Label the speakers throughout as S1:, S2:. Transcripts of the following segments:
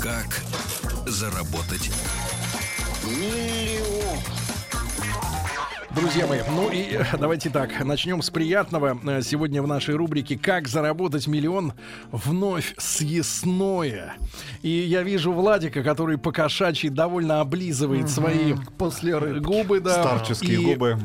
S1: Как заработать
S2: Друзья мои, ну и э, давайте так, начнем с приятного. Э, Сегодня в нашей рубрике «Как заработать миллион» вновь съестное. И я вижу Владика, который по кошачьи довольно облизывает свои
S3: После рыб.
S2: губы. Да,
S4: Старческие
S2: и-
S4: губы.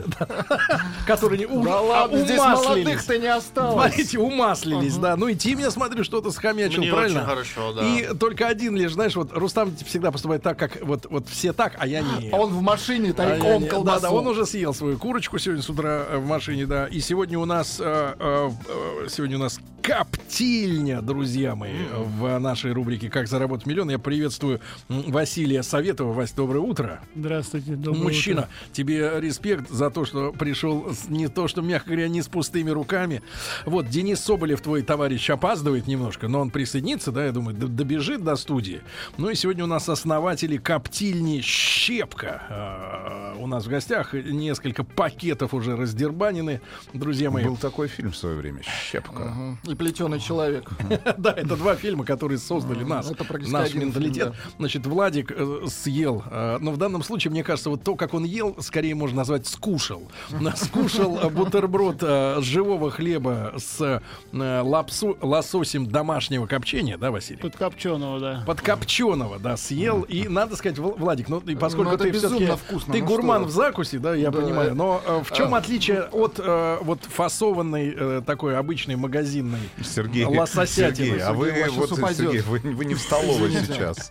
S2: Которые не у-
S3: Да
S2: а,
S3: ладно, здесь
S2: умаслились.
S3: молодых-то не осталось.
S2: Смотрите, умаслились, да. Ну и Тим, я смотрю, что-то схомячил,
S5: Мне
S2: правильно?
S5: очень хорошо, да.
S2: И только один лишь, знаешь, вот Рустам всегда поступает так, как вот, вот все так, а я не.
S3: А Он в машине
S2: А я
S3: тайком
S2: не-
S3: колбасу.
S2: Да, да, он уже съел свою курочку сегодня с утра э, в машине, да. И сегодня у нас э, э, э, сегодня у нас коптильня, друзья мои, э, в нашей рубрике «Как заработать миллион». Я приветствую м, Василия Советова. Вась, доброе утро.
S6: Здравствуйте, доброе
S2: Мужчина,
S6: утро.
S2: тебе респект за то, что пришел с- не то, что, мягко говоря, не с пустыми руками. Вот, Денис Соболев, твой товарищ, опаздывает немножко, но он присоединится, да, я думаю, д- добежит до студии. Ну и сегодня у нас основатели коптильни «Щепка». А, У нас в гостях несколько пакетов уже раздербанены, друзья мои.
S4: Был такой фильм в свое время. Щепка.
S3: Мгм. И плетеный человек.
S2: Да, это два фильма, которые создали нас,
S3: это практически
S2: наш
S3: один фильм,
S2: менталитет.
S3: да.
S2: Значит, Владик э, съел, э, но в данном случае, мне кажется, вот то, как он ел, скорее можно назвать скушал. На- Скушал э, бутерброд э, с живого хлеба с э, лапсу- лососем домашнего копчения, да, Василий?
S6: Под Копченого, да.
S2: Подкопченого, да, съел. И надо сказать, Вл- Владик, ну и поскольку
S3: Ну, это
S2: ты
S3: безумно
S2: все-таки
S3: вкусно,
S2: ты
S3: ну
S2: гурман
S3: что?
S2: в закусе, да, я
S3: Да,
S2: понимаю.
S3: э,
S2: Но э, в чем отличие от э, вот фасованной э, такой обычной магазинной
S4: Сергей,
S2: лососятины?
S4: Сергей, а вы,
S3: Сергей, ваш
S4: вот,
S3: сейчас упадет.
S4: Сергей, вы, вы не в столовой
S3: Извините.
S4: сейчас.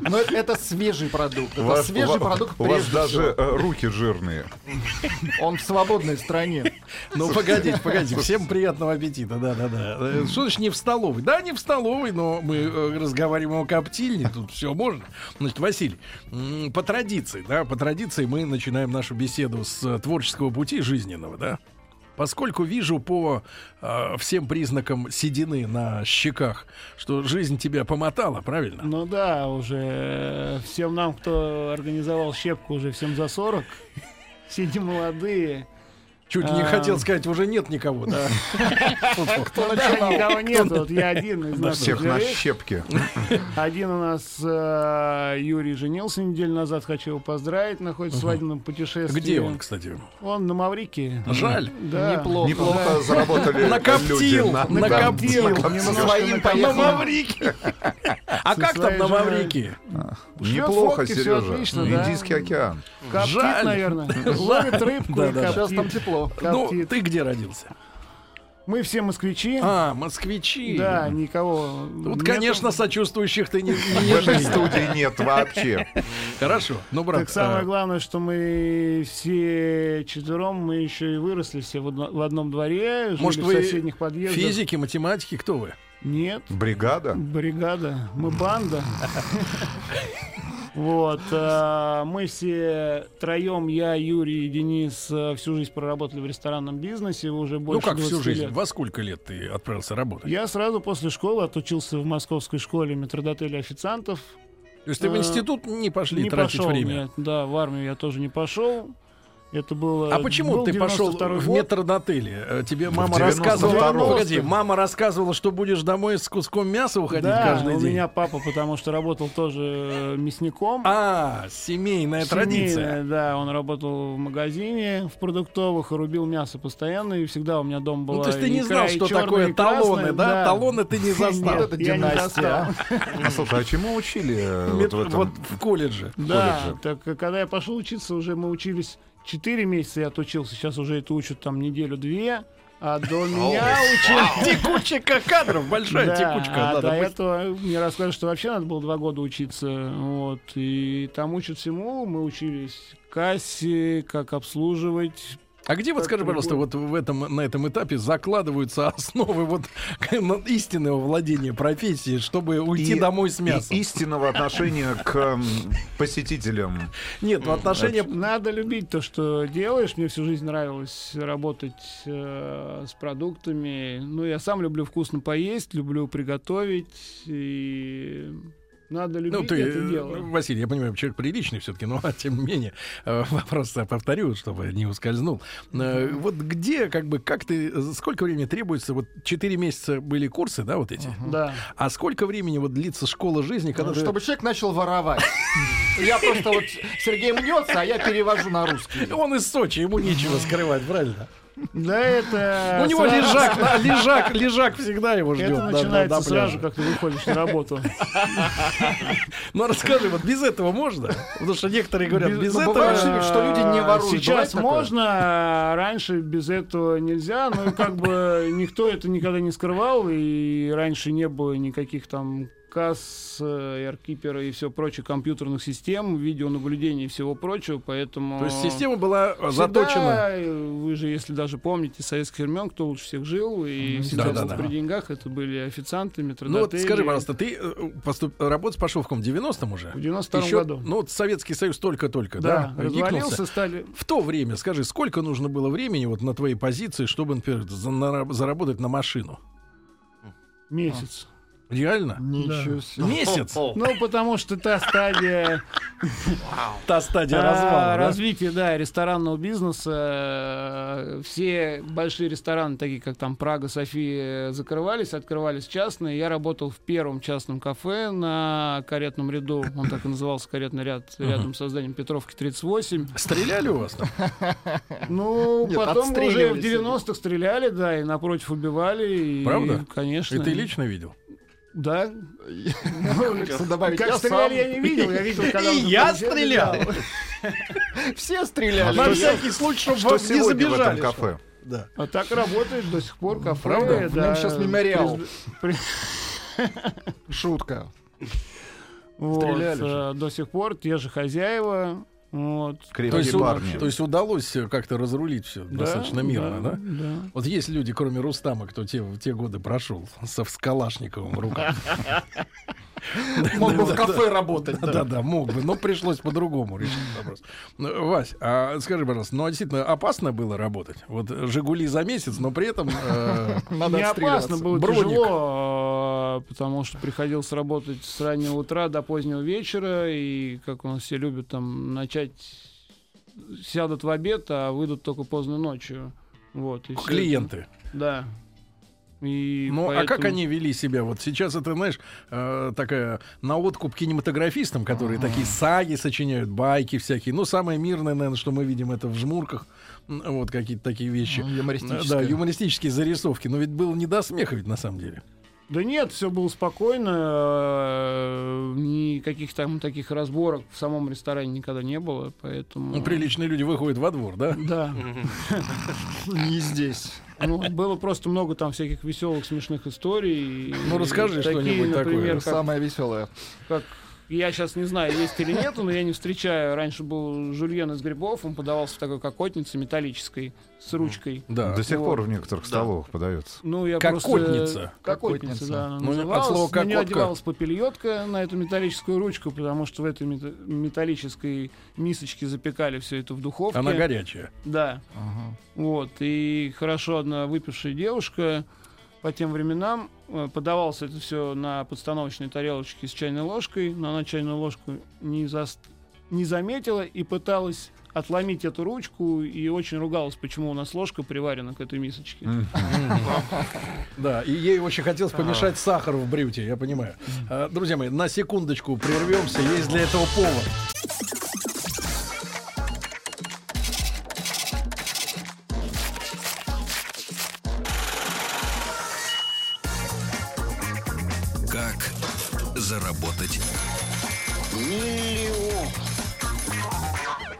S3: Но это свежий продукт. Это
S4: Ваш-
S3: свежий
S4: у ва-
S3: продукт
S4: У вас
S3: прежде
S4: даже э, руки жирные.
S3: всего. Он в свободной стране.
S2: Ну, погодите, погодите. Всем приятного аппетита, да-да-да. Э, Что значит не в столовой? Да, не в столовой, но мы э, разговариваем о коптильне, тут все можно. Значит, Василий, м, по традиции, да, по традиции мы начинаем нашу беседу с э, творческого пути жизненного, да? Поскольку вижу по э, всем признакам седины на щеках, что жизнь тебя помотала, правильно?
S6: Ну да, уже э, всем нам, кто организовал щепку, уже всем за 40. Сидим молодые.
S2: Чуть не
S6: А.
S2: хотел сказать, уже нет никого, да? А
S6: Ну, вообще никого нет, вот я один из нас.
S4: Всех на
S6: живых.
S4: щепке.
S6: Один у нас э, Юрий женился неделю назад, хочу его поздравить, находится в свадебном путешествии.
S2: А Где он, кстати?
S6: Он на Маврике.
S2: Жаль.
S6: Да.
S3: Неплохо.
S4: Неплохо заработали
S2: Накоптил,
S4: люди. да,
S2: накоптил.
S3: Не
S4: накоптил.
S3: на своим
S2: На Ну,
S3: поехал.
S2: Маврике. А как там
S6: своей
S2: на
S6: женой.
S2: Маврике?
S4: Неплохо,
S6: фотки, всё
S4: Сережа.
S6: отлично, да.
S4: Индийский океан.
S6: Коптит,
S2: Жаль.
S6: наверное. Ловит рыбку
S2: Да,
S6: и
S2: да.
S3: Сейчас там
S6: коптит.
S3: тепло.
S2: Ну,
S6: Коптит.
S2: ты где родился?
S6: Мы все москвичи.
S2: А, москвичи.
S6: Да, никого.
S2: Тут,
S6: нету.
S2: конечно, сочувствующих ты не, не
S4: В этой
S2: жалей.
S4: студии нет вообще.
S2: Хорошо. Ну, брат,
S6: Так самое
S2: а,
S6: главное, что мы все четвером, мы еще и выросли все в, одно- в одном дворе, жили
S2: может,
S6: в
S2: вы
S6: соседних подъездах.
S2: физики, математики, кто вы?
S6: Нет,
S4: Бригада.
S6: бригада, мы банда. Вот, а, мы все троем, я, Юрий и Денис, а, всю жизнь проработали в ресторанном бизнесе, уже больше
S2: ну, как всю
S6: 20
S2: жизнь?
S6: лет.
S2: Во сколько лет ты отправился работать?
S6: Я сразу после школы отучился в московской школе метродотеля официантов.
S2: То есть ты в
S6: э,
S2: институт не пошли
S6: не
S2: тратить
S6: пошел,
S2: время?
S6: нет, да, в армию я тоже не пошел. Это было.
S2: А почему
S6: Э, был
S2: ты пошел
S6: 92-й
S2: в
S6: год.
S2: метродотеле? Э, Тебе мама
S4: 92-м.
S2: рассказывала...
S4: 92-м.
S2: Погоди, мама рассказывала, что будешь домой с куском мяса уходить
S6: Да,
S2: каждый
S6: у
S2: день?
S6: меня папа, потому что работал тоже э, мясником.
S2: А, семейная традиция.
S6: Семейная, Да, он работал в магазине в продуктовых и рубил мясо постоянно, и всегда у меня дома была
S2: Ну, то есть ты
S6: и
S2: не знал,
S6: икра, и
S2: что
S6: черная,
S2: такое
S6: и красная,
S2: талоны, да? Талоны ты не
S6: Нет,
S2: застал.
S3: Вот это
S6: я не
S3: династия.
S6: застал.
S4: А, Слушай, а чему учили э, вот в
S2: Мет-
S4: этом?
S2: вот в колледже.
S6: Да, так э, когда я пошел учиться, уже мы учились 4 месяца, я отучился, сейчас уже это учат там неделю-две, а до меня учили...
S2: Текучка кадров, большая
S6: Да,
S2: текучка.
S6: а
S2: да,
S6: до
S2: допустим.
S6: этого мне рассказали, что вообще надо было два года учиться. Вот, и там учат всему. Мы учились кассе, как обслуживать
S2: А где, вот скажи, пожалуйста, вот в этом, на этом этапе закладываются основы вот истинного владения профессией, чтобы уйти
S4: И-
S2: домой с мясом?
S4: И истинного отношения к м, посетителям.
S2: Нет, ну, в отношении...
S6: Надо любить то, что делаешь. Мне всю жизнь нравилось работать э, с продуктами. Ну, я сам люблю вкусно поесть, люблю приготовить. И надо любить
S2: Ну, ты,
S6: это
S2: э,
S6: дело.
S2: Василий, я понимаю, человек приличный все-таки, но а тем не менее, э, вопрос я повторю, чтобы не ускользнул. Э, Вот где, как бы, как ты, э, сколько времени требуется? Вот 4 месяца были курсы, да, вот эти?
S6: Да.
S2: А сколько времени вот длится школа жизни, когда
S3: Ну,
S2: ты-
S3: Чтобы человек начал воровать. Я просто вот Сергей мнется, а я перевожу на русский.
S2: Он из Сочи, ему нечего скрывать, правильно?
S6: Да, это...
S2: Ну, У него
S6: сра-
S2: лежак, да, лежак, лежак всегда его ждет.
S6: Это
S2: до- до-
S6: начинается
S2: до пляжа.
S6: сразу, как ты выходишь на работу.
S2: Ну расскажи, вот без этого можно? Потому что некоторые говорят,
S3: Без-
S2: без,
S3: ну,
S2: этого...
S3: бывает, что- что люди не воруют. Бывает
S6: э, Сейчас
S3: такое?
S6: можно, а раньше без этого нельзя. Ну и как бы никто это никогда не скрывал, и раньше не было никаких там касс, э, эркипера и все прочее, компьютерных систем, видеонаблюдения и всего прочего, поэтому...
S2: То есть система была э,
S6: всегда,
S2: заточена.
S6: э, Вы же, если даже помните, из советских времен, кто лучше всех жил, и всегда был
S2: Да-да-да.
S6: при деньгах, это были официанты,
S2: Ну вот
S6: метродотели.
S2: скажи, пожалуйста, ты э, поступ... работать пошел в ком? 90-м уже?
S6: В 92-м
S2: Ещё-
S6: году.
S2: Ну вот Советский Союз только-только,
S6: Да,
S2: да?
S6: развалился,
S2: гикнулся.
S6: стали...
S2: В то время, скажи, сколько нужно было времени вот на твоей позиции, чтобы, например, за- на- заработать на машину?
S6: Месяц.
S2: Реально?
S3: Ничего себе.
S2: Месяц?
S6: Ну, потому что та стадия
S2: Та стадия
S6: А,
S2: развала, да?
S6: Развитие, да, ресторанного бизнеса. э, Все большие рестораны, такие как там Прага, София, закрывались, открывались частные. Я работал в первом частном кафе на каретном ряду. Он так и назывался, каретный ряд, рядом со зданием Петровки 38.
S2: Стреляли у вас там?
S6: Ну,
S3: Нет,
S6: потом уже в
S3: отстреливались
S6: 90-х стреляли, да, и напротив убивали. и,
S2: Правда?
S6: Конечно.
S2: И ты лично видел?
S6: Да.
S3: Хочется добавить,
S6: Как
S3: я сам.
S6: стреляли, я не видел. Я видел, когда... уже полетели.
S3: Все стреляли.
S2: На всякий случай, чтобы
S4: Что
S2: вас не
S4: сегодня в этом
S2: забежали.
S4: кафе?
S2: Да.
S6: А так работаешь до сих пор кафе.
S3: Правда? В нем
S6: да.
S3: сейчас мемориал.
S6: При-
S3: Шутка.
S6: Вот,
S3: Стреляли же.
S6: э, до сих пор те же хозяева.
S2: То
S6: Вот.
S2: есть,
S4: Крепкие
S2: у-
S4: парни.
S2: то есть удалось э, как-то разрулить все достаточно мирно, да?
S6: да?
S2: Вот есть люди, кроме Рустама, кто те, в те годы прошел со Скалашниковым в руках.
S3: Мог бы в кафе работать. да.
S2: Да-да, мог бы, но пришлось по-другому решить вопрос. Ну, Вась, а скажи, пожалуйста, ну а действительно опасно было работать? Вот э, «Жигули» за месяц, но при этом... э,
S3: Надо
S6: Не
S3: отстреливаться.
S6: опасно было
S2: Броник.
S6: тяжело, э, потому что приходилось работать с раннего утра до позднего вечера, и как у нас все любят там начать сядут в обед, а выйдут только поздно ночью. Вот, и всё это-
S2: Клиенты.
S6: Да. И
S2: Ну, а как
S6: поэтому-
S2: они вели себя? Вот сейчас это, знаешь, э, такая наводку к кинематографистам, которые такие саги сочиняют, байки всякие. Ну, самое мирное, наверное, что мы видим, это в жмурках. М, Вот какие-то такие вещи.
S3: Ну, юмористическое.
S2: Да, юмористические зарисовки. Но ведь было не до смеха ведь на самом деле.
S6: Да нет, все было спокойно, э, никаких там таких разборок в самом ресторане никогда не было, поэтому...
S2: Ну, приличные люди выходят во двор, да?
S6: Да,
S3: Не здесь.
S6: ну, было просто много там всяких веселых, смешных историй.
S2: Ну, расскажи
S6: Такие,
S2: что-нибудь такое.
S6: например, Как,
S3: Самое веселое.
S6: как- я сейчас не знаю, есть или нету, но я не встречаю. Раньше был жульен из грибов, он подавался в такой кокотнице металлической с ручкой.
S2: Да.
S4: До сих
S6: вот.
S4: пор в некоторых столовых подается.
S6: Ну, я
S2: Кокотница.
S6: просто... Кокотница, да, она
S2: Ну, от
S6: называлась.
S2: слова
S6: На нее
S2: кокотка.
S6: одевалась попельотка на эту металлическую ручку, потому что в этой мета- металлической мисочке запекали все это в духовке.
S2: Она горячая.
S6: Да.
S3: Ага.
S6: Вот. И хорошо одна выпившая девушка по тем временам э, подавалось это все на подстановочной тарелочке с чайной ложкой, но она чайную ложку не, зас- не заметила и пыталась отломить эту ручку и очень ругалась, почему у нас ложка приварена к этой мисочке.
S2: Да, и ей очень хотелось помешать сахар в брюте, я понимаю. А, Друзья мои, на секундочку прервемся, есть для этого повод.
S1: Как заработать?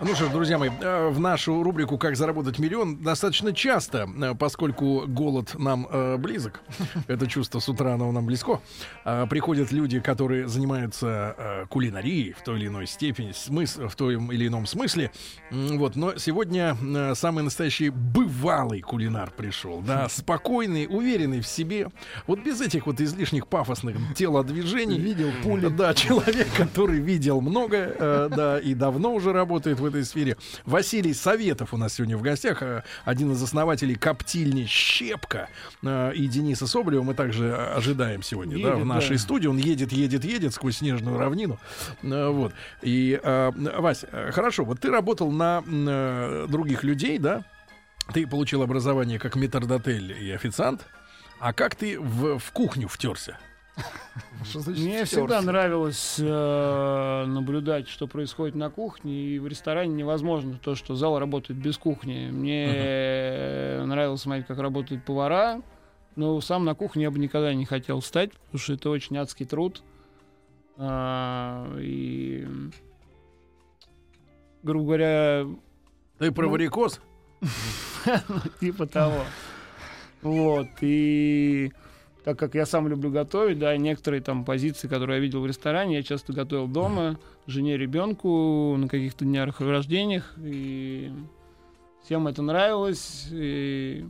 S2: Ну что ж, друзья мои, э, в нашу рубрику «Как заработать миллион» достаточно часто, э, поскольку голод нам э, близок, это чувство с утра, оно нам близко, э, приходят люди, которые занимаются э, кулинарией в той или иной степени, смыс- в том или ином смысле. М, Вот, но сегодня э, самый настоящий бывалый кулинар пришел, да, спокойный, уверенный в себе, вот без этих вот излишних пафосных телодвижений. Видел пули. Да, человек, который видел много, э, да, и давно уже работает в этой сфере. Василий Советов у нас сегодня в гостях, э, один из основателей коптильни «Щепка». Э, и Дениса Соболева мы также э, ожидаем сегодня, да,
S6: Едет,
S2: в
S6: да.
S2: нашей студии. Он едет, едет, едет сквозь снежную равнину. Э, вот. И, э, Вась, э, хорошо, вот ты работал на м, э, других людей, да? Ты получил образование как метрдотель и официант. А как ты в, в кухню втерся?
S3: Что значит
S6: Мне
S3: стёрся?
S6: всегда нравилось э, наблюдать, что происходит на кухне, и в ресторане невозможно то, что зал работает без кухни. Мне э, нравилось смотреть, как работают повара, но сам на кухне я бы никогда не хотел встать, потому что это очень адский труд. А, и, м, грубо говоря,
S2: Ты
S6: Ну,
S2: проворикос?
S6: типа того. Вот, и так как я сам люблю готовить, да, некоторые там позиции, которые я видел в ресторане, я часто готовил дома, жене, ребенку, на каких-то днях рождениях, и всем это нравилось, и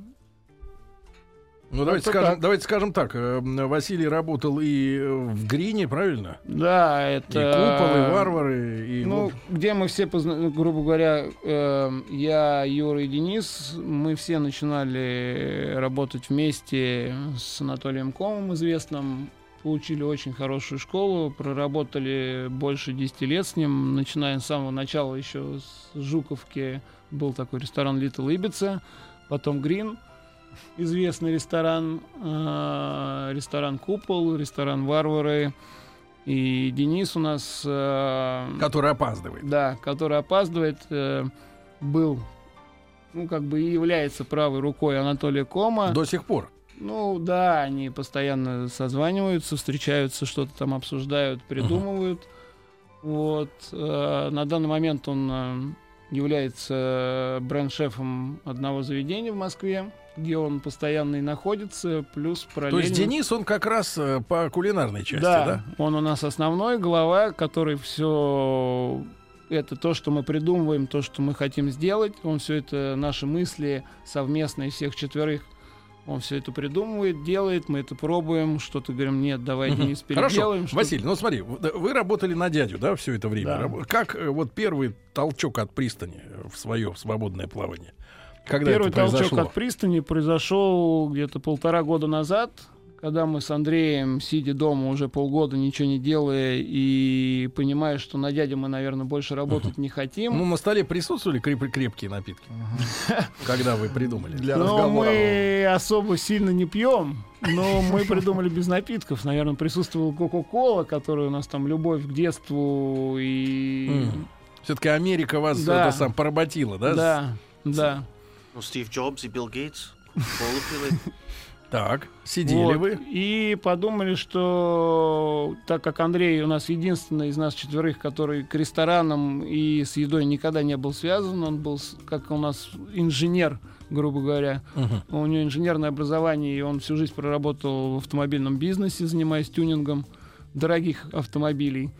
S2: Ну, давайте
S6: Как-то
S2: скажем,
S6: так.
S2: давайте скажем так. э, м, Василий работал и э, в Грине, правильно?
S6: да, это...
S2: И Купол, и Варвары, и...
S6: Ну, где мы все, позна- ну, грубо говоря, эм, я, Юра и Денис, мы все начинали работать вместе с Анатолием Комом, известным. Получили очень хорошую школу, проработали больше 10 лет с ним, начиная с самого начала еще с Жуковки. Был такой ресторан Little Ibiza, потом Green, известный ресторан, э, ресторан Купол, ресторан Варвары. И Денис у нас... э,
S2: Который опаздывает.
S6: да, который опаздывает, э, был, ну, как бы и является правой рукой Анатолия Кома.
S2: До сих пор.
S6: Ну, да, они постоянно созваниваются, встречаются, что-то там обсуждают, придумывают. Вот. э, на данный момент он э, является э, бренд-шефом одного заведения в Москве, где он постоянно и находится, плюс параллельно...
S2: То есть Денис, он как раз э, по кулинарной части,
S6: Да,
S2: да?
S6: он у нас основной глава, который все это то, что мы придумываем, то, что мы хотим сделать. Он все это наши мысли совместные всех четверых. Он все это придумывает, делает, мы это пробуем, что-то говорим, нет, давай
S2: Мгм.
S6: Денис
S2: Хорошо,
S6: переделаем. что-то-
S2: Василий, ну смотри, вот, э, вы работали на дядю, да, все это время?
S6: Да.
S2: Рабо- Как э, вот первый толчок от пристани э, в свое свободное плавание? Когда
S6: Первый
S2: это произошло?
S6: толчок от пристани произошел где-то полтора года назад, когда мы с Андреем, сидя дома уже полгода, ничего не делая, и понимая, что на дяде мы, наверное, больше работать не хотим.
S2: Ну, на столе присутствовали креп- крепкие напитки, когда вы придумали?
S3: Для
S6: Но
S3: разговора.
S6: мы особо сильно не пьем, но мы придумали без напитков. Наверное, присутствовала Кока-Кола, которая у нас там любовь к детству и...
S2: Все-таки Америка вас
S6: Да.
S2: это сам поработила, да?
S6: Да, да.
S5: Ну, Стив Джобс и Билл Гейтс. Колу пили.
S2: Так, сидели
S6: Вот.
S2: вы.
S6: И подумали, что так как Андрей у нас единственный из нас четверых, который к ресторанам и с едой никогда не был связан, он был с- как у нас инженер, грубо говоря, У него инженерное образование, и он всю жизнь проработал в автомобильном бизнесе, занимаясь тюнингом дорогих автомобилей.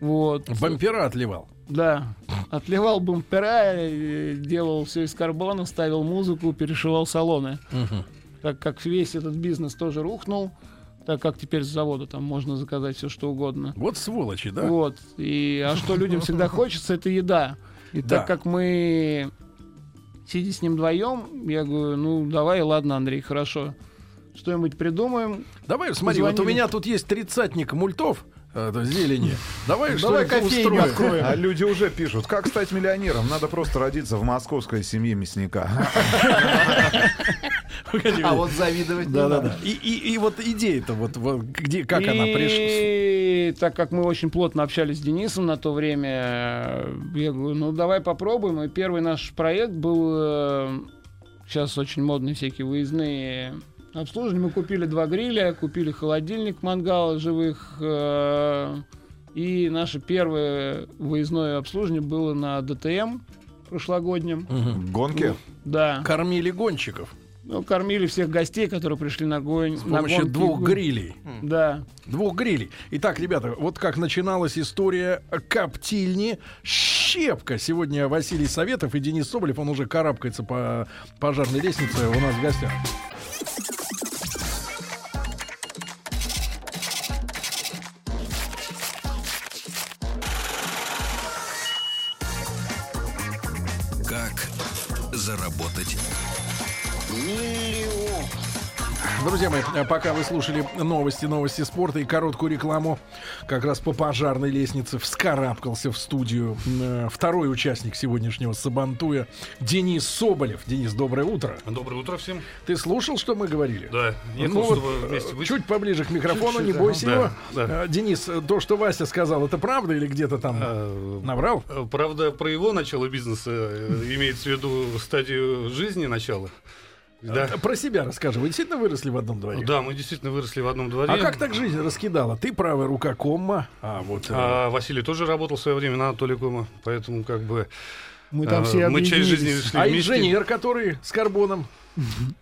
S6: Вот.
S2: Бампера отливал.
S6: Да. Отливал бампера, э, делал все из карбона, ставил музыку, перешивал салоны. Так как весь этот бизнес тоже рухнул, так как теперь с завода там можно заказать все что угодно.
S2: Вот сволочи, да?
S6: Вот. И, а что людям всегда хочется, это еда. И
S2: Да.
S6: так как мы сидя с ним вдвоем, я говорю, ну давай, ладно, Андрей, хорошо. Что-нибудь придумаем.
S2: Давай, смотри, вот у
S6: Позвонили.
S2: меня тут есть тридцатник мультов, э, то есть зелени. Давай
S3: Давай
S2: что-нибудь
S3: кофейню
S2: устроим.
S3: откроем.
S4: А люди уже пишут, как стать миллионером? Надо просто родиться в московской семье мясника.
S3: А вот завидовать не
S2: Да, да,
S3: надо.
S2: да. И, и, и вот идея-то, вот, вот где, как она пришла?
S6: И так как мы очень плотно общались с Денисом на то время, э, я говорю, ну давай попробуем. И первый наш проект был э, сейчас очень модные всякие выездные обслуживания. Мы купили два гриля, купили холодильник мангала живых, э, И наше первое выездное обслуживание было на ДТМ прошлогоднем.
S4: Гонки?
S6: Да.
S2: Кормили гонщиков
S6: Ну, кормили всех гостей, которые пришли на гонь.
S2: с
S6: на
S2: помощью
S6: гонки.
S2: двух грилей.
S6: Да.
S2: Двух грилей. Итак, ребята, вот как начиналась история коптильни «Щепка». Сегодня Василий Советов и Денис Соболев, он уже карабкается по пожарной лестнице у нас в гостях.
S1: Как заработать?
S2: Друзья мои, э, пока вы слушали новости, новости спорта и короткую рекламу, как раз по пожарной лестнице вскарабкался в студию э, второй участник сегодняшнего Сабантуя Денис Соболев. Денис, доброе утро.
S7: Доброе утро всем.
S2: Ты слушал, что мы говорили?
S7: Да. Я
S2: ну
S7: хочу,
S2: вот,
S7: чтобы вместе
S2: э,
S7: выйти.
S2: чуть поближе к микрофону, не бойся
S7: да,
S2: его.
S7: да.
S2: Э, Денис, э, то, что Вася сказал, это правда или где-то там
S7: Э,
S2: наврал?
S7: э, Правда, про его начало бизнеса э, имеется в виду стадию жизни начала. Да.
S6: А
S2: Э, Про себя расскажи. Вы действительно выросли в одном дворе?
S7: да, мы действительно выросли в одном дворе.
S2: А как так жизнь раскидала? Ты правая рука комма, а вот... э,
S7: А Василий тоже работал в свое время на Анатолии Кома, поэтому как бы
S6: Мы
S7: э,
S6: там все
S7: мы часть жизни
S6: объединились.
S7: шли
S2: А
S7: вместе.
S2: инженер, который с карбоном.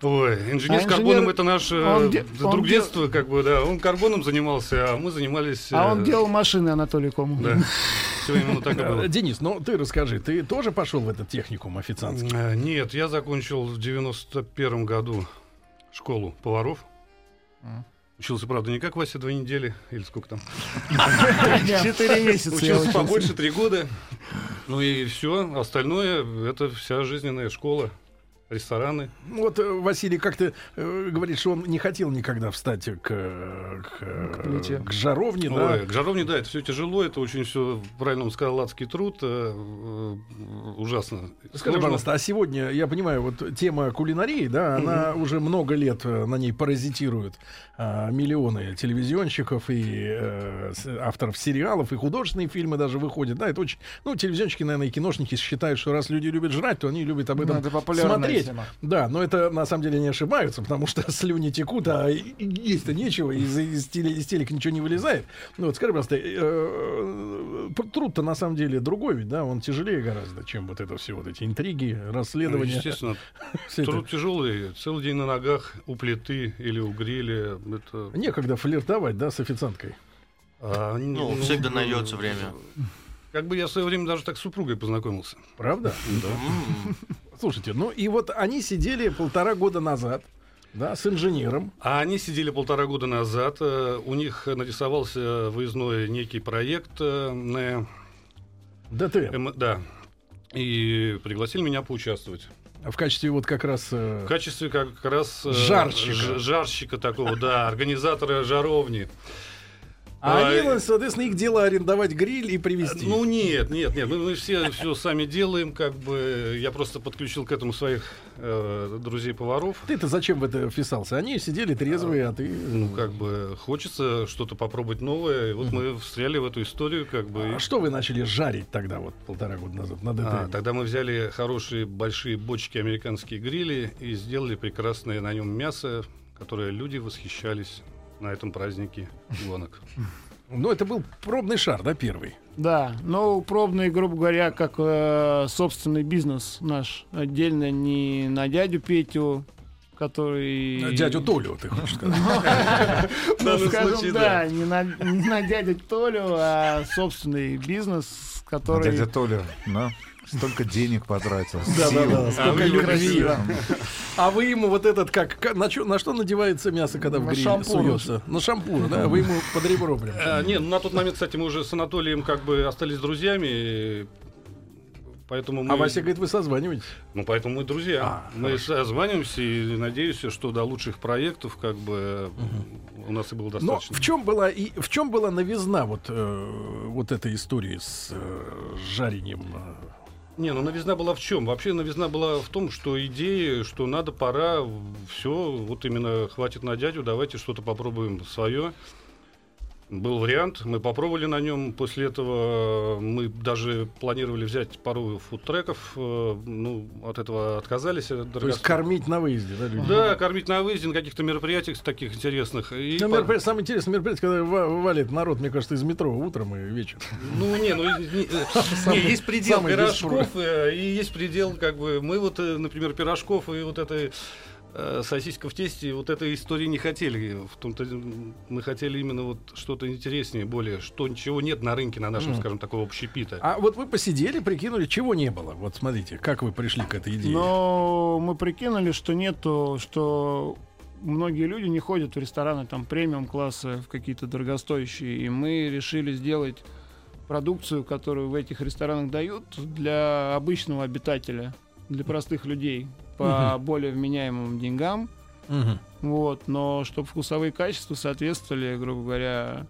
S7: Ой, инженер
S6: А
S7: с карбоном
S6: инженер- А
S7: это наш э,
S6: он де-
S7: друг
S6: он де-
S7: детства, как бы, да. Он карбоном занимался, а мы занимались.
S6: А
S7: э,
S6: он делал машины Анатолию Кому.
S7: Да. Все именно так и было.
S2: Э, Денис, ну ты расскажи, ты тоже пошел в этот техникум официантский?
S7: Э, Нет, я закончил в 91 году школу поваров. Учился, правда, не как Вася две недели, или сколько там.
S6: Четыре месяца я
S7: Учился
S6: учился.
S7: побольше, три года. Ну и все. Остальное — это вся жизненная школа. Рестораны.
S2: Ну, Вот э, Василий как-то э, говорит, что он не хотел никогда встать к, э, к, э,
S6: плите.
S2: к жаровне, да?
S7: Ой, к жаровне, да, это все тяжело, это очень все, правильно он сказал, адский труд. э, э, Ужасно.
S2: Скажи,
S7: сложно.
S2: пожалуйста, а сегодня, я понимаю, вот тема кулинарии, да, она уже много лет э, на ней паразитируют а, миллионы телевизионщиков и э, с- авторов сериалов, и художественные фильмы даже выходят, да, это очень... Ну, телевизионщики, наверное, и киношники считают, что раз люди любят жрать, то они любят об этом
S3: Ну, это популярная
S2: смотреть.
S3: тема.
S2: Да, но это на самом деле не ошибаются, потому что слюни текут, а и- и есть-то нечего, из, из, теле- из телека ничего не вылезает. Ну вот скажи, пожалуйста, э, э, пр- труд-то на самом деле другой ведь, да, он тяжелее гораздо, чем вот это все, вот эти интриги,
S7: Ну,
S2: расследования.
S7: естественно,
S2: Всё это.
S7: труд тяжелый, целый день на ногах у плиты или у гриля. Это
S2: Некогда флиртовать, да, с официанткой.
S7: А,
S5: Ну, всегда найдется время.
S7: Как бы я в свое время даже так с супругой познакомился.
S2: Правда?
S5: М.
S2: Слушайте, ну и вот они сидели полтора года назад, да, с инженером.
S7: А они сидели полтора года назад. э, У них нарисовался выездной некий проект. э, на
S2: ДТМ.
S7: М- Да. И пригласили меня поучаствовать.
S2: В качестве вот как раз... э,
S7: В качестве как раз... э,
S2: Жарщика.
S7: ж- жарщика такого, да. Организатора жаровни.
S2: А
S7: а,
S2: они,
S7: э,
S2: ну, соответственно, их дело арендовать гриль и привезти.
S7: Ну нет, нет, нет. Мы, мы все все сами делаем. Как бы я просто подключил к этому своих э, друзей-поваров.
S2: Ты-то зачем в это вписался? Они сидели трезвые, а ты...
S7: Ну, как бы хочется что-то попробовать новое. И вот мы встряли в эту историю, как бы.
S2: А
S7: и-
S2: что вы начали жарить тогда, вот полтора года назад на ДТМ?
S7: А, тогда мы взяли хорошие большие бочки американские грили и сделали прекрасное на нем мясо, которое люди восхищались на этом празднике гонок.
S2: Ну, это был пробный шар, да, первый?
S6: Да, но пробный, грубо говоря, как э, собственный бизнес наш. Отдельно не на дядю Петю, который...
S2: Дядю Толю, ты хочешь сказать.
S7: В
S6: Ну,
S7: данном
S6: скажем,
S7: случае,
S6: да, не на, не на дядю Толю, а собственный бизнес,
S2: Ну,
S6: который...
S4: Дядя Толя, да? Столько денег потратил, сил.
S2: Да-да-да, сколько
S7: вы
S2: любви.
S7: любите, да.
S2: А вы ему вот этот, как, ка- на, чё- на что надевается мясо, когда в
S6: На
S2: гриль
S6: шампур.
S2: суется? На шампур, да, вы ему под ребро прям.
S7: А, не, ну, на тот момент, кстати, мы уже с Анатолием как бы остались друзьями, и поэтому мы...
S2: А Вася говорит, вы созваниваетесь.
S7: Ну, поэтому мы друзья.
S2: А,
S7: мы созваниваемся и надеюсь, что до лучших проектов как бы у нас и было
S2: Но
S7: достаточно.
S2: в чем была и в чем была новизна вот э, вот этой истории с э, жарением?
S7: Не, ну новизна была в чем? Вообще новизна была в том, что идеи, что надо, пора, все, вот именно хватит на дядю, давайте что-то попробуем свое. Был вариант, мы попробовали на нем. После этого э, мы даже планировали взять пару фудтреков. э, Ну, от этого отказались. э,
S2: То есть
S7: дорогостоящие.
S2: кормить на выезде, да, людей?
S7: Да, кормить на выезде, на каких-то мероприятиях таких интересных. И
S2: Ну,
S7: по-
S2: мероприятие- самое интересное мероприятие, когда ва- валит народ, мне кажется, из метро утром и вечером.
S7: Ну, не, ну, и- не, э, не, есть предел
S2: самый
S7: пирожков, э, и есть предел, как бы, мы вот, э, например, пирожков и вот этой э, сосиска в тесте, вот этой истории не хотели. В том-то м, мы хотели именно вот что-то интереснее, более, что ничего нет на рынке, на нашем, скажем, такого общепита.
S2: А вот вы посидели, прикинули, чего не было. Вот смотрите, как вы пришли к этой идее.
S6: Но мы прикинули, что нету, что многие люди не ходят в рестораны там премиум класса, в какие-то дорогостоящие, и мы решили сделать продукцию, которую в этих ресторанах дают для обычного обитателя, для простых людей по более вменяемым деньгам,
S2: Мгм.
S6: вот, но чтобы вкусовые качества соответствовали, грубо говоря,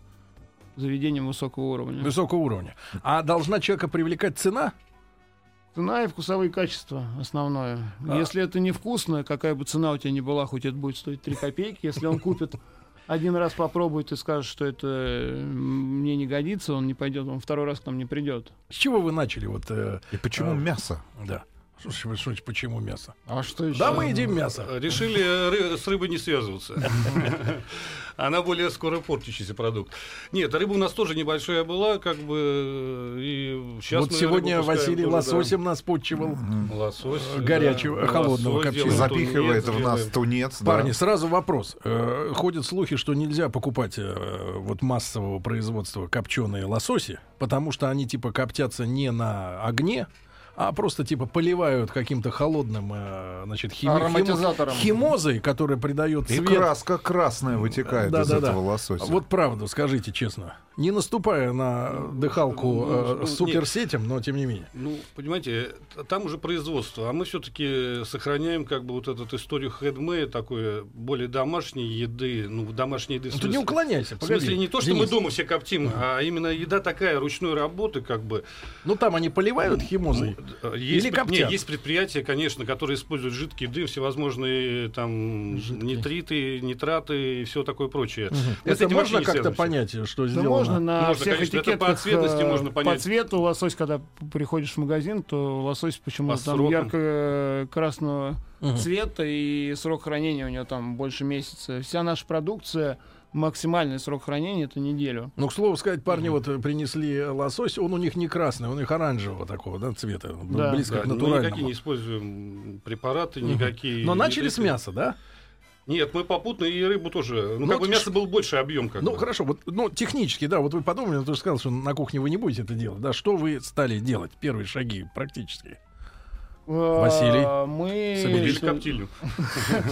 S6: заведениям высокого уровня.
S2: Высокого уровня. А должна человека привлекать цена?
S6: Цена и вкусовые качества основное.
S7: А.
S6: Если это невкусно, какая бы цена у тебя ни была, хоть это будет стоить 3 копейки, если он купит один раз попробует и скажет, что это э, мне не годится, он не пойдет, он второй раз к нам не придет.
S2: С чего вы начали? Вот, э,
S4: И почему
S2: А.
S4: мясо?
S2: да. Слушай, вы слушайте, почему мясо?
S3: А что еще?
S2: Да, мы едим мясо.
S7: Э, Решили э, ры- с рыбой не связываться. Она более скоро портящийся продукт. Нет, рыба у нас тоже небольшая была, как бы, э, и сейчас
S2: вот сегодня Василий Лососем нас подчивал.
S7: Лосось.
S2: Э, горячего, холодного копченого.
S7: делаем,
S4: Запихивает
S7: тунец
S4: в нас
S7: делаем.
S4: тунец. да.
S2: Парни, сразу вопрос. Э, Ходят слухи, что нельзя покупать э, вот массового производства копченые лососи, потому что они типа коптятся не на огне, а просто типа поливают каким-то холодным, э, значит, хими- химо-
S3: Ароматизатором.
S2: химозой, которая придает
S4: И
S2: цвет.
S4: краска красная вытекает из
S2: Да-да-да.
S4: этого лосося.
S2: Вот правду, скажите честно. Не наступая на дыхалку
S7: ну,
S2: э,
S7: ну,
S2: с суперсетем, но тем не менее.
S7: Ну, понимаете, т- там уже производство, а мы все-таки сохраняем как бы вот эту историю хедмея, такой э, более домашней еды, ну, домашней еды. в
S2: Ну, ты не
S7: смысле-
S2: уклоняйся,
S7: В
S2: погоди.
S7: смысле, не то, что
S2: Денис.
S7: мы дома все коптим, а именно еда такая ручной работы, как бы.
S2: Ну, там они поливают химозой.
S7: Э, Есть,
S2: Или
S7: пред- не,
S2: коптят.
S7: есть предприятия, конечно, которые используют жидкий дым, всевозможные э, там нитриты, нитраты и все такое прочее. Мы с
S2: Это можно
S7: этим вообще не
S2: как-то
S7: связываемся.
S2: понять, э, что
S6: Да
S2: сделано?
S6: можно на
S7: Можно,
S6: всех
S7: конечно, это
S6: этикетках.
S7: по цветности
S6: э,
S7: можно
S6: По
S7: понять.
S6: цвету лосось, когда п- приходишь в магазин, то лосось почему-то
S7: По
S6: там
S7: срокам.
S6: ярко-красного
S2: Мгм.
S6: цвета и срок хранения у него там больше месяца. Вся наша продукция, максимальный срок хранения это неделю.
S2: Ну, к слову сказать, парни вот э, принесли лосось, он у них не красный, он у них оранжевого такого, да, цвета, б-
S6: Да.
S2: близко
S7: Да,
S2: к
S7: мы никакие
S2: натуральному.
S7: не используем препараты, никакие.
S2: Но начали
S7: нитриты.
S2: с мяса, да?
S7: Нет, мы попутно и рыбу тоже. Ну,
S2: Ну,
S7: как бы
S2: ты
S7: мясо был больше объем, как
S2: Ну,
S7: бы.
S2: хорошо, вот, ну, технически, да, вот вы подумали, но ты же сказал, что на кухне вы не будете это делать, да, что вы стали делать, первые шаги практически? Василий,
S6: Э, Мы
S7: Или
S6: что-
S7: коптильню.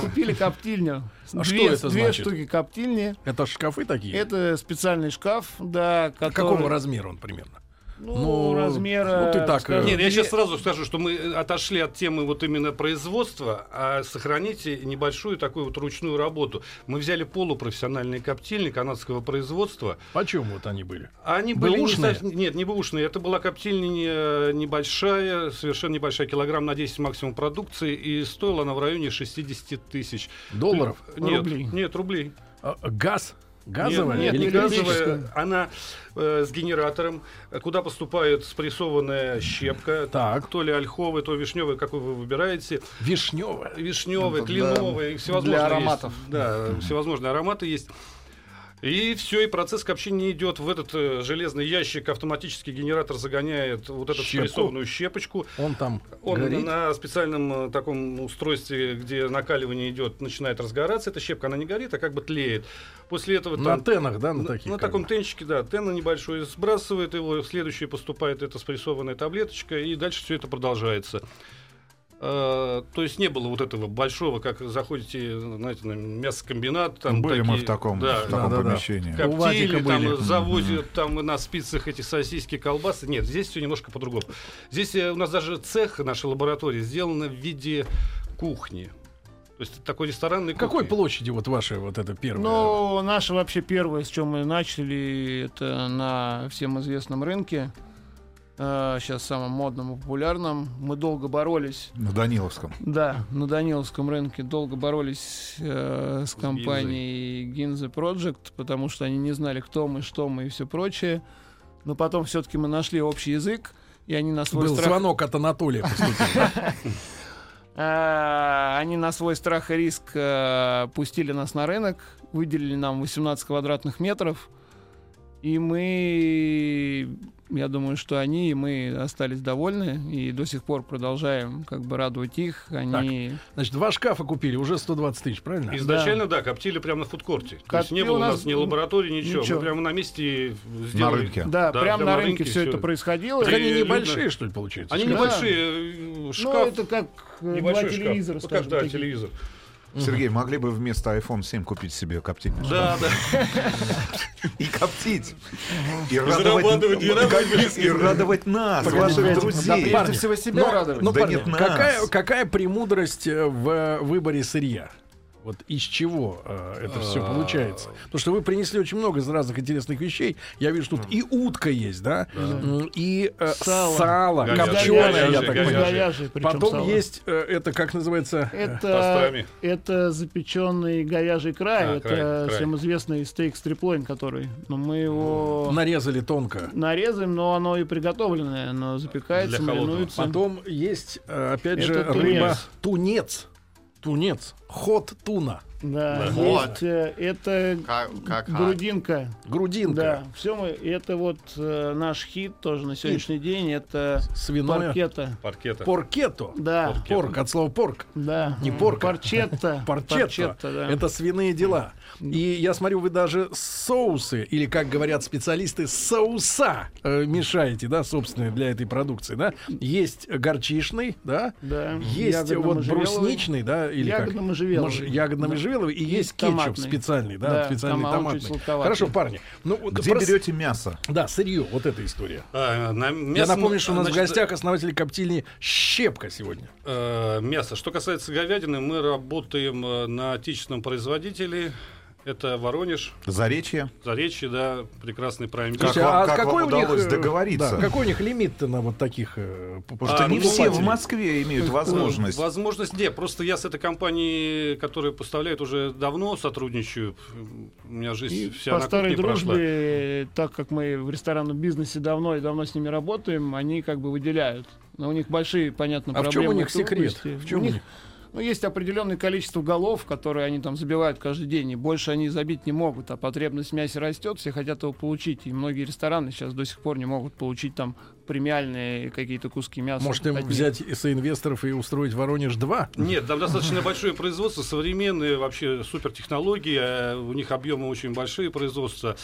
S6: купили коптильню.
S2: А
S6: две,
S2: что это
S6: две
S2: значит?
S6: штуки коптильни.
S2: Это шкафы такие?
S6: Это специальный шкаф, да, который...
S2: Какого размера он примерно?
S6: Ну,
S2: Ну,
S6: размера...
S2: ну, ты так,
S6: скажем,
S2: э,
S7: Нет, я
S6: две-
S7: сейчас сразу скажу, что мы э, отошли от темы вот именно производства, а сохраните небольшую такую вот ручную работу. Мы взяли полупрофессиональный коптильник канадского производства.
S2: Почем вот они были?
S7: Они были не
S2: Бэушные?
S7: совсем- Нет, не бэушные. Это была коптильня не- э, небольшая, совершенно небольшая, килограмм на 10 максимум продукции, и стоила она в районе 60 тысяч.
S2: Долларов?
S7: Нет,
S6: Рублей.
S7: нет, рублей.
S2: А, Газ? Газовая?
S7: Нет, нет, не
S2: Или-
S7: газовая. Она э, с генератором, э, куда поступает спрессованная щепка.
S2: Так.
S7: То ли ольховый, то вишневый, какой вы выбираете.
S2: Вишневая?
S7: Вишневый,
S3: Это
S7: кленовый,
S3: Ну, для-
S7: всевозможные
S3: для
S7: есть.
S3: ароматов.
S7: Да, всевозможные ароматы есть. И все, и процесс копчения идет в этот э, железный ящик. Автоматически генератор загоняет вот эту
S2: Щепку?
S7: спрессованную щепочку.
S2: Он там
S7: Он
S2: горит?
S7: на специальном э, таком устройстве, где накаливание идет, начинает разгораться. Эта щепка, она не горит, а как бы тлеет. После этого
S2: На
S7: там
S2: антеннах, да, на,
S7: на,
S2: таких?
S7: на
S2: как
S7: таком
S2: бы?
S7: тенчике, да, тена небольшой, сбрасывает его, в следующее поступает эта спрессованная таблеточка, и дальше все это продолжается. Э, то есть не было вот этого большого, как заходите, знаете, на мясокомбинат. Там
S4: Были мы
S7: такие-
S4: в таком,
S7: да,
S4: в таком
S2: да, да.
S4: помещении.
S2: Как- У Вадика
S7: коптили, там
S2: были.
S7: э, завозят, там и на спицах эти сосиски, колбасы. Нет, здесь все немножко по-другому. Здесь э, у нас даже цех нашей лаборатории сделан в виде кухни. То есть такой ресторанный
S2: Какой
S7: кухни.
S2: площади вот ваша вот эта первая?
S6: Ну, наше вообще первое, с чем мы начали, это на всем известном рынке. э, сейчас самым модным и популярным. Мы долго боролись
S4: На Даниловском.
S6: да, на Даниловском рынке долго боролись э, с компанией Ginza Project, потому что они не знали, кто мы, что мы и все прочее. Но потом все-таки мы нашли общий язык, и они на свой
S2: Был
S6: страх...
S2: звонок от Анатолия поступил.
S6: А, Они на свой страх и риск э, пустили нас на рынок, выделили нам 18 квадратных метров, и мы, я думаю, что они и мы остались довольны, и до сих пор продолжаем как бы радовать их. Они...
S2: Значит, два шкафа купили, уже 120 тысяч, правильно?
S7: Изначально, да. коптили прямо на фудкорте. То есть
S6: Коптили
S7: не было
S6: у
S7: у
S6: нас
S7: нас ни лаборатории, ничего.
S6: ничего.
S7: Мы прямо на месте сделали.
S4: рынке.
S6: Да,
S7: Да,
S6: прям
S7: прям
S6: на
S7: на
S6: рынке
S7: рынке
S6: все
S7: всё
S6: это
S7: это.
S6: происходило.
S7: При-
S2: Они
S7: Люди-
S2: небольшие, что ли, получается?
S7: Они
S2: шкафы?
S7: небольшие. э, Шкаф.
S6: Ну, это как э, два
S7: небольшой шкаф.
S6: телевизора,
S7: Ну, как,
S6: скажем,
S7: да,
S6: такие.
S7: телевизор.
S4: Сергей, могли бы вместо iPhone 7 купить себе коптильницу?
S5: Да, да.
S4: И коптить. И
S7: зарабатывать, и радовать
S4: Конечно, и радовать нас, ваших друзей.
S3: прежде всего себя радовать.
S2: Ну,
S4: Да
S2: парни,
S4: нет, нас.
S2: какая, какая премудрость э, в выборе сырья? Вот из чего э, это все получается? Потому что вы принесли очень много из разных интересных вещей. Я вижу, тут и утка есть, да? М, И э,
S6: Сало.
S2: сало,
S7: Говяжье,
S2: копченое, я так
S7: говяжье,
S2: понимаю.
S6: Говяжий, причем
S2: Потом
S6: сало.
S2: есть, э, это как называется?
S6: Э. Это,
S7: Пастрами.
S6: это запеченный говяжий край.
S7: А,
S6: это
S7: край, край.
S6: всем известный стейк стриплойн, который. Но мы его
S2: Нарезали тонко.
S6: нарезаем, но оно и приготовленное. Оно запекается,
S7: Для холодного.
S6: маринуется.
S2: Потом есть, э, опять
S6: Это
S2: же,
S6: тунец.
S2: рыба тунец. Тунец. Ход туна.
S6: Да,
S5: Да.
S6: есть, э, это
S5: Как- как-
S6: грудинка.
S2: Грудинка.
S6: Да, все мы. Это вот э, наш хит тоже на сегодняшний день. Это
S2: Свиное.
S6: паркета.
S7: Паркета.
S2: Поркето.
S6: Да,
S7: Паркет.
S2: Порк, от слова порк.
S6: да.
S2: Не порка.
S6: Парчетта.
S2: Парчетто.
S6: да.
S2: Это свиные дела. И я смотрю, вы даже соусы, или, как говорят специалисты, соуса э, мешаете, да, собственно, для этой продукции, да? Есть горчишный, да?
S6: Да.
S2: Есть вот
S6: Ягодно-можжевеловый.
S2: брусничный, да, или как?
S6: Ягодно-можжевеловый.
S2: Мож- Ягодно-можжевеловый, и есть кетчуп
S6: томатный.
S2: специальный, да,
S6: Да,
S2: специальный
S6: тома- он чуть
S2: томатный.
S6: сладковатый.
S2: Хорошо, парни. Ну, вот
S4: Где
S2: прос-
S4: берете мясо?
S2: Да, сырье, вот эта история.
S7: А, на
S2: Я
S7: мясо-
S2: напомню, что у нас
S7: значит,
S2: в гостях основатель коптильни Щепка сегодня.
S7: э, мясо. Что касается говядины, мы работаем э, на отечественном производителе. Это Воронеж,
S4: Заречье?
S7: Заречье, да, прекрасный прайм
S4: Как
S2: Слушайте,
S4: вам-
S2: а
S4: как вам
S2: какой у них,
S4: удалось
S2: э,
S4: договориться?
S2: да, какой у них лимит-то на вот таких... э, п-
S4: Потому что
S7: А,
S4: не
S7: ну,
S4: все в
S7: покупатели.
S4: Москве имеют возможность.
S7: Возможность, нет. Просто я с этой компанией, которая поставляет уже давно, сотрудничаю. У меня жизнь
S6: И
S7: вся
S6: по
S7: на
S6: старой
S7: кухне прошла.
S6: дружбе, так как мы в ресторанном бизнесе давно и давно с ними работаем, они как бы выделяют. Но у них большие, понятно,
S2: А в чем
S6: проблемы.
S2: у них секрет?
S6: трудности.
S2: В чем
S6: у них? Ну, есть определенное количество голов, которые они там забивают каждый день, и больше они забить не могут, а потребность в мясе растет, все хотят его получить, и многие рестораны сейчас до сих пор не могут получить там премиальные какие-то куски мяса.
S2: Может, им
S6: от них.
S2: взять и соинвесторов и устроить Воронеж 2?
S7: Нет, там достаточно большое производство, современные вообще супертехнологии, э, у них объемы очень большие производства.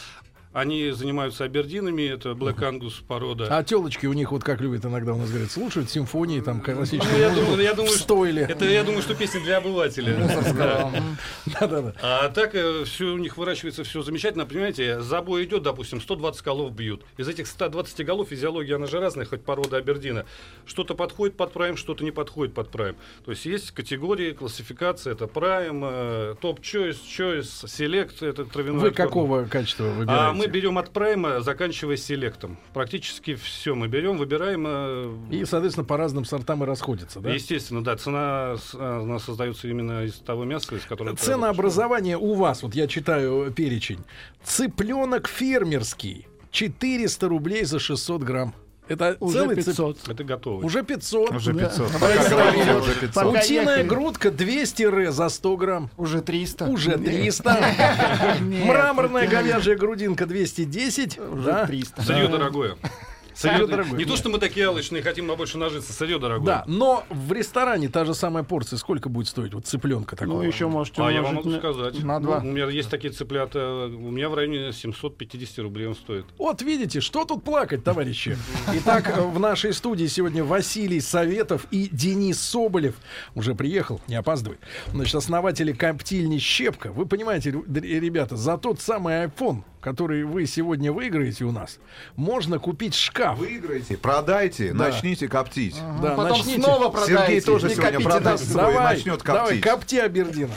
S7: Они занимаются абердинами, это Black Angus порода.
S2: А телочки у них, вот как любят иногда у нас говорят, слушают симфонии, там
S4: А
S7: Ну, я
S2: классические
S7: думаю, я думаю,
S2: в
S7: что-
S2: стойле.
S7: Это, я думаю, что песня для обывателя.
S6: Ну,
S2: Да-да-да.
S7: А так все у них выращивается все замечательно. Понимаете, забой идет, допустим, 120 голов бьют. Из этих 120 голов физиология, она же разная, хоть порода абердина. Что-то подходит под прайм, что-то не подходит под прайм. То есть есть категории, классификация. Это прайм, топ-чойс, чойс, селект. Ну, Это травяной
S2: Вы
S7: отвар.
S2: какого качества выбираете?
S7: А мы берем от прайма, заканчивая селектом. Практически все мы берем, выбираем. э,
S2: И, соответственно, по разным сортам и расходятся, да?
S7: Естественно, да, цена с- э, она создается именно из того мяса, из которого.
S2: Ценообразование у вас, вот я читаю э, перечень. Цыпленок фермерский, 400 рублей за 600 грамм. Это
S6: уже
S2: целый цып-
S6: 500.
S7: Это готово.
S2: Уже 500.
S4: Уже 500.
S6: Пока
S4: Пока говорили,
S6: ехали.
S4: уже 500.
S2: Утиная
S6: ехали.
S2: грудка 200 ре за 100 грамм.
S3: Уже 300.
S2: Уже
S3: Нет,
S2: 300.
S3: нет,
S2: Мраморная говяжья грудинка 210.
S3: Уже
S2: да?
S3: 300.
S7: Сырье дорогое.
S2: Сырье дорогое.
S7: Не то, что мы такие алочные, хотим на больше нажиться. Сырье дорогое.
S2: Да, но в ресторане та же самая порция. Сколько будет стоить вот цыпленка такого?
S6: Ну, еще можете
S7: А я вам
S6: умножить
S7: могу
S6: на-
S7: сказать.
S3: на
S7: Ну,
S3: два.
S7: У меня есть такие цыплята. У меня в районе 750 рублей он стоит.
S2: Вот видите, что тут плакать, товарищи. Итак, э, в нашей студии сегодня Василий Советов и Денис Соболев. Уже приехал, не опаздывает. Значит, основатели коптильни «Щепка». Вы понимаете, рю- д- ребята, за тот самый iPhone, который вы сегодня выиграете у нас, можно купить шкаф.
S4: Выиграйте, продайте,
S2: Да.
S4: начните коптить.
S2: Да,
S3: Ну, Потом
S2: начните.
S3: снова продаете.
S4: Сергей тоже
S3: Не
S4: сегодня
S3: копите
S4: продаст
S3: нас.
S4: свой и
S2: Давай,
S4: начнет
S2: давай,
S4: коптить.
S2: копти, Абердина.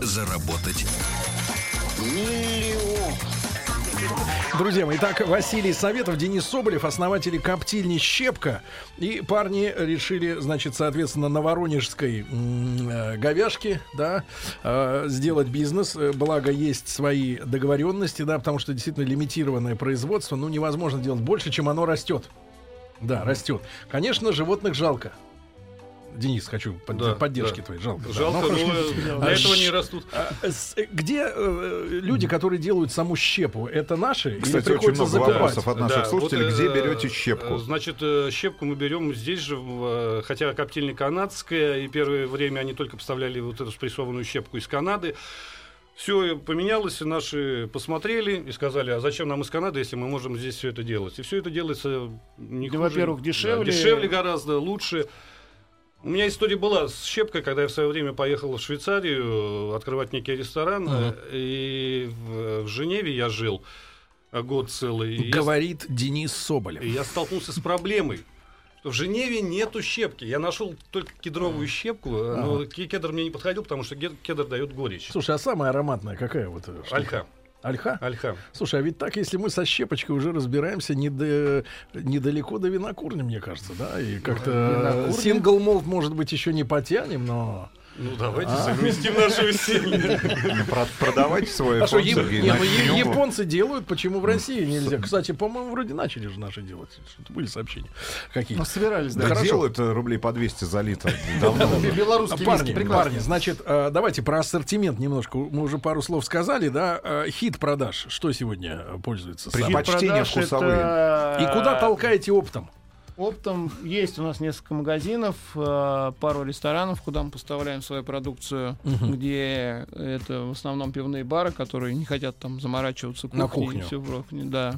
S1: заработать.
S2: Друзья мои, итак, Василий Советов, Денис Соболев, основатели коптильни «Щепка». И парни решили, значит, соответственно, на Воронежской м, э, говяжке, да, э, сделать бизнес. Э, Благо, есть свои договоренности, да, потому что действительно лимитированное производство, ну, невозможно делать больше, чем оно растет. Да, растет. Конечно, животных жалко. Денис, хочу под-
S7: Да,
S2: поддержки
S7: да.
S2: твои. Жалко. да.
S7: Жалко,
S2: Ну, хорошо.
S7: но для этого не растут.
S2: А, с- Где э, люди, которые делают саму щепу, это наши? или
S4: Кстати, очень
S2: приходится
S4: много
S2: закупать?
S4: вопросов от наших
S7: Да,
S4: слушателей.
S7: вот, э,
S4: Где берете щепку?
S7: э, Значит, э, щепку мы берем здесь же, в, э, хотя коптильня канадская, и первое время они только поставляли вот эту спрессованную щепку из Канады. Все поменялось, и наши посмотрели и сказали, а зачем нам из Канады, если мы можем здесь все это делать? И все это делается э, не
S6: Да,
S7: хуже.
S6: во-первых,
S7: Да,
S6: дешевле.
S7: дешевле гораздо, лучше. У меня история была с щепкой, когда я в свое время поехал в Швейцарию э, открывать некий ресторан, э, и в, в Женеве я жил э, год целый. и я
S2: Говорит Денис Соболев.
S7: и я столкнулся с проблемой. что В Женеве нету щепки. Я нашел только кедровую щепку, но ке- кедр мне не подходил, потому что ге- кедр дает горечь.
S2: Слушай, а самая ароматная какая вот? э, штука?
S7: Альха.
S2: Альха?
S7: Альха.
S2: Слушай, а ведь так, если мы со щепочкой уже разбираемся, не до- недалеко до винокурни, мне кажется, да? И как-то
S3: Винокурня?
S2: сингл молд, может быть, еще не потянем, но...
S7: Ну давайте совместим наши усилия.
S4: Про- Продавайте свой
S2: А что,
S4: iPhone,
S2: я-
S4: Сергей, Ну,
S2: не,
S4: на
S2: ну, я-
S4: Кнюгу.
S2: японцы делают, почему в России нельзя? Кстати, по-моему, вроде начали же наши делать. Что-то были сообщения какие-то.
S3: Ну, собирались,
S4: Да
S3: да.
S4: делают э, рублей по 200 за литр. Давно уже.
S2: А,
S3: Белорусский
S2: Парни,
S3: виски,
S2: парни,
S3: прекрасно.
S2: значит, э, давайте про ассортимент немножко. Мы уже пару слов сказали, да? Э, Хит продаж. Что сегодня э, пользуется?
S4: При-
S2: самым?
S4: Предпочтения
S6: Продаж
S4: вкусовые.
S3: э,
S6: это-
S2: И куда толкаете оптом?
S6: Оптом есть у нас несколько магазинов, э, пару ресторанов, куда мы поставляем свою продукцию, где это в основном пивные бары, которые не хотят там заморачиваться кухней
S2: На
S6: и
S2: кухню.
S6: все в кухне, да.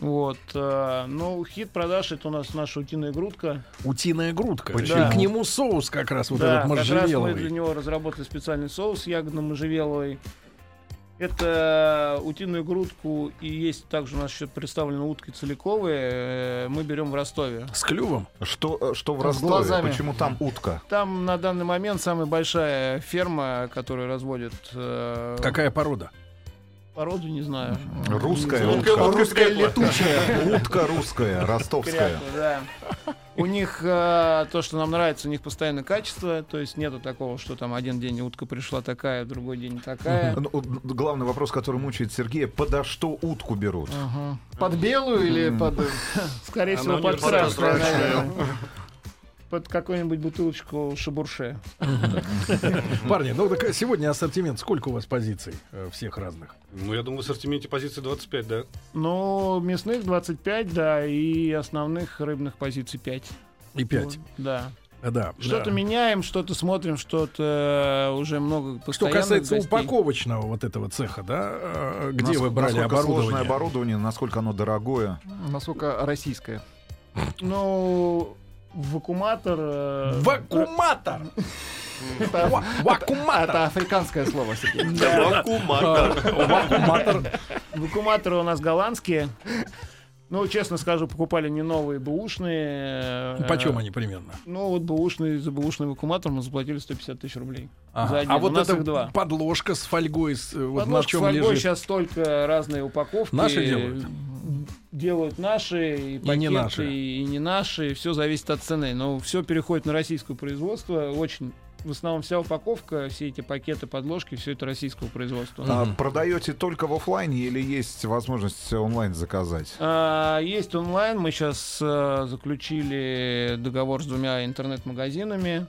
S6: Вот, э, ну хит продаж это у нас наша утиная грудка.
S2: Утиная грудка.
S6: Почему?
S2: И к нему соус как раз вот
S6: да,
S2: этот
S6: как раз мы для
S2: можжевеловый.
S6: него разработали специальный соус ягодно-можжевеловый. Это утиную грудку и есть также у нас еще представлены утки целиковые. э, Мы берем в Ростове.
S2: С клювом.
S4: Что, э, что в
S3: С
S4: Ростове?
S3: глазами.
S4: Почему там утка?
S6: Там на данный момент самая большая ферма, которая разводит э,
S2: Какая порода?
S6: породу, не знаю.
S4: Русская
S6: Не знаю.
S4: утка.
S3: Русская летучая.
S4: Утка русская, ростовская.
S6: Кряква, да. У них э, то, что нам нравится, у них постоянно качество, то есть нету такого, что там один день утка пришла такая, другой день такая.
S4: Ну, вот Главный вопрос, который мучает Сергея, подо что утку берут?
S6: Ага.
S3: Под белую или под... э,
S6: Скорее
S7: Она
S6: всего,
S7: у
S6: под
S7: них
S6: красное,
S7: прозрачная.
S6: наверное. Под какую-нибудь бутылочку шабурше.
S2: Парни, ну так сегодня ассортимент. Сколько у вас позиций э, всех разных?
S7: Ну, я думаю, в ассортименте позиции 25, да?
S6: Ну, мясных 25, да, и основных рыбных позиций 5.
S2: И пять.
S6: Да.
S2: Э, Да.
S6: Ну,
S2: да.
S6: Что-то меняем, что-то смотрим, что-то э, уже много
S2: Что
S6: постоянных
S2: касается
S6: гостей.
S2: упаковочного вот этого цеха, да, э, где вы
S4: Наск-
S2: брали
S4: насколько сложное
S2: оборудование?
S4: оборудование, насколько оно дорогое?
S3: Насколько российская.
S6: Ну, вакууматор... э,
S2: Вакууматор!
S3: Это
S2: Ва- Вакууматор!
S3: это африканское слово, Сергей.
S5: Вакууматор.
S2: Вакууматор.
S6: Вакууматоры у нас голландские. Ну, честно скажу, покупали не новые, бэушные.
S2: Почем
S6: Э,
S2: они примерно?
S6: Ну, вот бэушный, за бэушный вакууматор мы заплатили 150 тысяч рублей.
S2: Ага.
S6: За один.
S2: А
S6: У
S2: вот
S6: нас
S2: эта
S6: их два.
S2: подложка с фольгой, с, э, вот на
S6: Подложка
S2: чем
S6: фольгой
S2: лежит.
S6: сейчас только разные упаковки.
S2: Наши делают?
S6: Делают наши, и,
S2: не
S6: пакеты,
S2: наши.
S6: и не наши. Все зависит от цены. Но все переходит на российское производство. Очень в основном вся упаковка, все эти пакеты, подложки, все это российского производства.
S4: А продаете только в офлайне или есть возможность онлайн заказать?
S6: А, Есть онлайн. Мы сейчас заключили договор с двумя интернет-магазинами.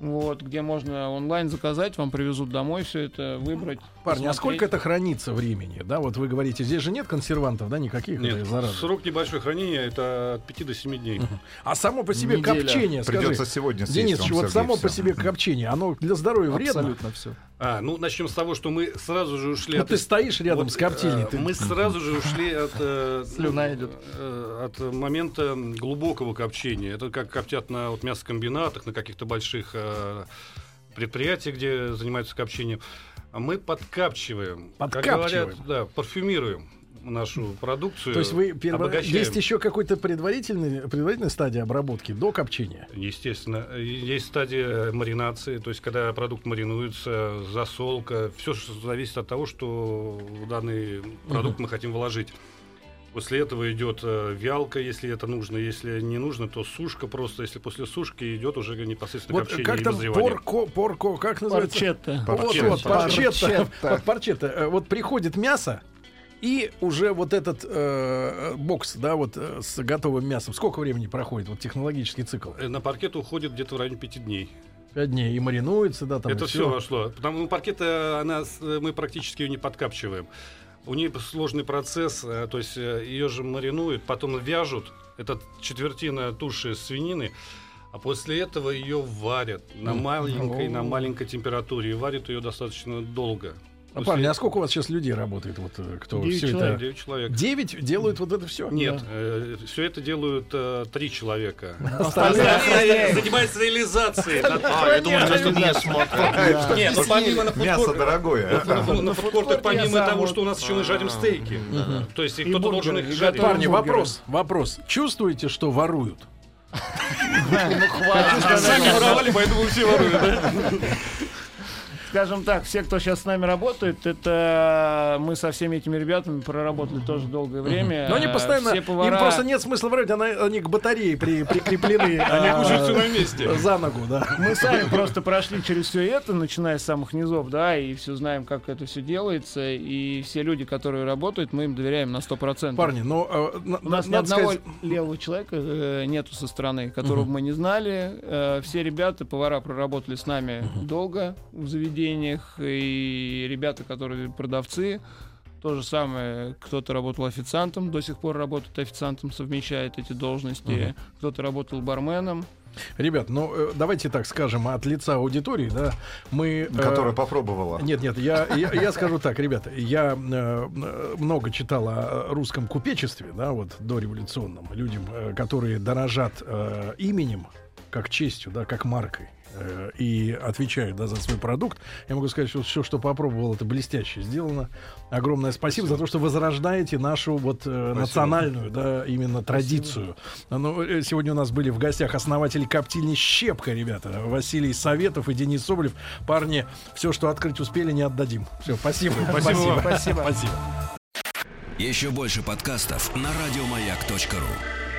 S6: Вот, где можно онлайн заказать, вам привезут домой все это, выбрать.
S2: Парни, а
S6: посмотреть.
S2: сколько это хранится времени? Да, вот вы говорите, здесь же нет консервантов, да, никаких э,
S7: Нет,
S2: заразы.
S7: срок небольшой хранения, это от 5 до 7 дней.
S2: А само по себе
S3: Неделя.
S2: копчение, скажи.
S4: Придется сегодня съесть
S2: Денис,
S4: вам,
S2: вот
S4: Сергей,
S2: само
S4: всё.
S2: по себе копчение, оно для здоровья вредно.
S3: Абсолютно все.
S7: А, ну, начнем с того, что мы сразу же ушли
S2: Вот
S7: от
S2: А Ну, ты стоишь рядом
S7: Вот,
S2: с коптильней.
S7: э,
S2: ты-
S7: Мы сразу же ушли от... э,
S3: Слюна идет.
S7: э, От момента глубокого копчения. Это как коптят на вот, мясокомбинатах, на каких-то больших э, предприятиях, где занимаются копчением. А мы подкапчиваем. Как
S2: Подкапчиваем.
S7: говорят, да, парфюмируем. нашу продукцию.
S2: То есть вы перво-
S7: обогащаем.
S2: есть еще какой-то предварительный предварительная стадия обработки до копчения.
S7: Естественно, есть стадия э, маринации, то есть когда продукт маринуется, засолка, все зависит от того, что в данный продукт мы хотим вложить. После этого идет э, вялка, если это нужно, если не нужно, то сушка просто, если после сушки идет уже непосредственно
S2: Вот э,
S7: копчение
S2: как
S7: и
S2: там
S7: дозревание.
S2: порко, порко, как называется?
S6: Парчетта.
S2: Вот,
S7: Парчетта.
S2: вот, парчетта.
S3: Парчетта.
S2: Вот парчетта. Э, Вот приходит мясо, и уже вот этот э, бокс, да, вот э, с готовым мясом. Сколько времени проходит вот технологический цикл?
S7: Э, На паркет уходит где-то в районе пяти дней.
S2: Пять дней и маринуется, да, там.
S7: это
S2: и
S7: все вошло. Потому что паркета, она, с- мы практически ее не подкапчиваем. У нее сложный процесс, э, то есть э, ее же маринуют, потом вяжут. Это четвертина туши свинины. А после этого ее варят на маленькой, на маленькой температуре. И варят ее достаточно долго.
S2: А, парни, а сколько у вас сейчас людей работает, вот э, кто
S6: Девять
S2: все это?
S7: Девять человек.
S2: Девять делают вот это все?
S7: Нет, все это делают э, три человека.
S5: Остальные занимаются реализацией.
S7: А,
S5: Я думаю, что тут не смотрят.
S7: Нет, ну, помимо на
S4: Мясо
S7: фудкор-
S4: дорогое. а?
S7: На фу- на фудкортах, помимо того, что у нас еще мы жарим стейки. То есть и кто-то должен
S6: бургеры,
S7: их
S6: и
S7: жарить.
S2: Парни,
S6: Бургеры.
S2: вопрос, вопрос. Чувствуете, что воруют?
S7: Сами воровали, поэтому все воруют, да?
S6: Скажем так, все, кто сейчас с нами работает, это мы со всеми этими ребятами проработали тоже долгое время.
S2: Но они
S6: А,
S2: постоянно,
S6: все повара-
S2: им просто нет смысла врать, она- они к батарее при- прикреплены. а,
S7: Они кушают все на месте.
S2: За ногу, да.
S6: Мы сами просто прошли через все это, начиная с самых низов, да, и все знаем, как это все делается. И все люди, которые работают, мы им доверяем на 100%.
S2: Парни, ну, э, на-
S6: У нас ни
S2: надо
S6: одного
S2: сказать,
S6: левого человека э, нету со стороны, которого мы не знали. Э, все ребята, повара проработали с нами долго в заведениях, и ребята, которые продавцы, то же самое, кто-то работал официантом, до сих пор работает официантом, совмещает эти должности, кто-то работал барменом.
S2: ребят, ну, э, давайте так скажем от лица аудитории, да, мы... э,
S4: Которая попробовала.
S2: Нет, нет, я, я, я скажу так, ребята, я э, э, много читал о русском купечестве, да, вот дореволюционном, людям, э, которые дорожат э, именем, как честью, да, как маркой э, и отвечают да, за свой продукт. Я могу сказать, что все, что попробовал, это блестяще сделано. Огромное спасибо, за то, что возрождаете нашу вот э, национальную, да, именно традицию. Ну, э, сегодня у нас были в гостях основатели коптильни «Щепка», ребята, Василий Советов и Денис Соболев. Парни, все, что открыть успели, не отдадим. Все, спасибо. Спасибо. Спасибо.
S1: Еще больше подкастов на радиомаяк.ру.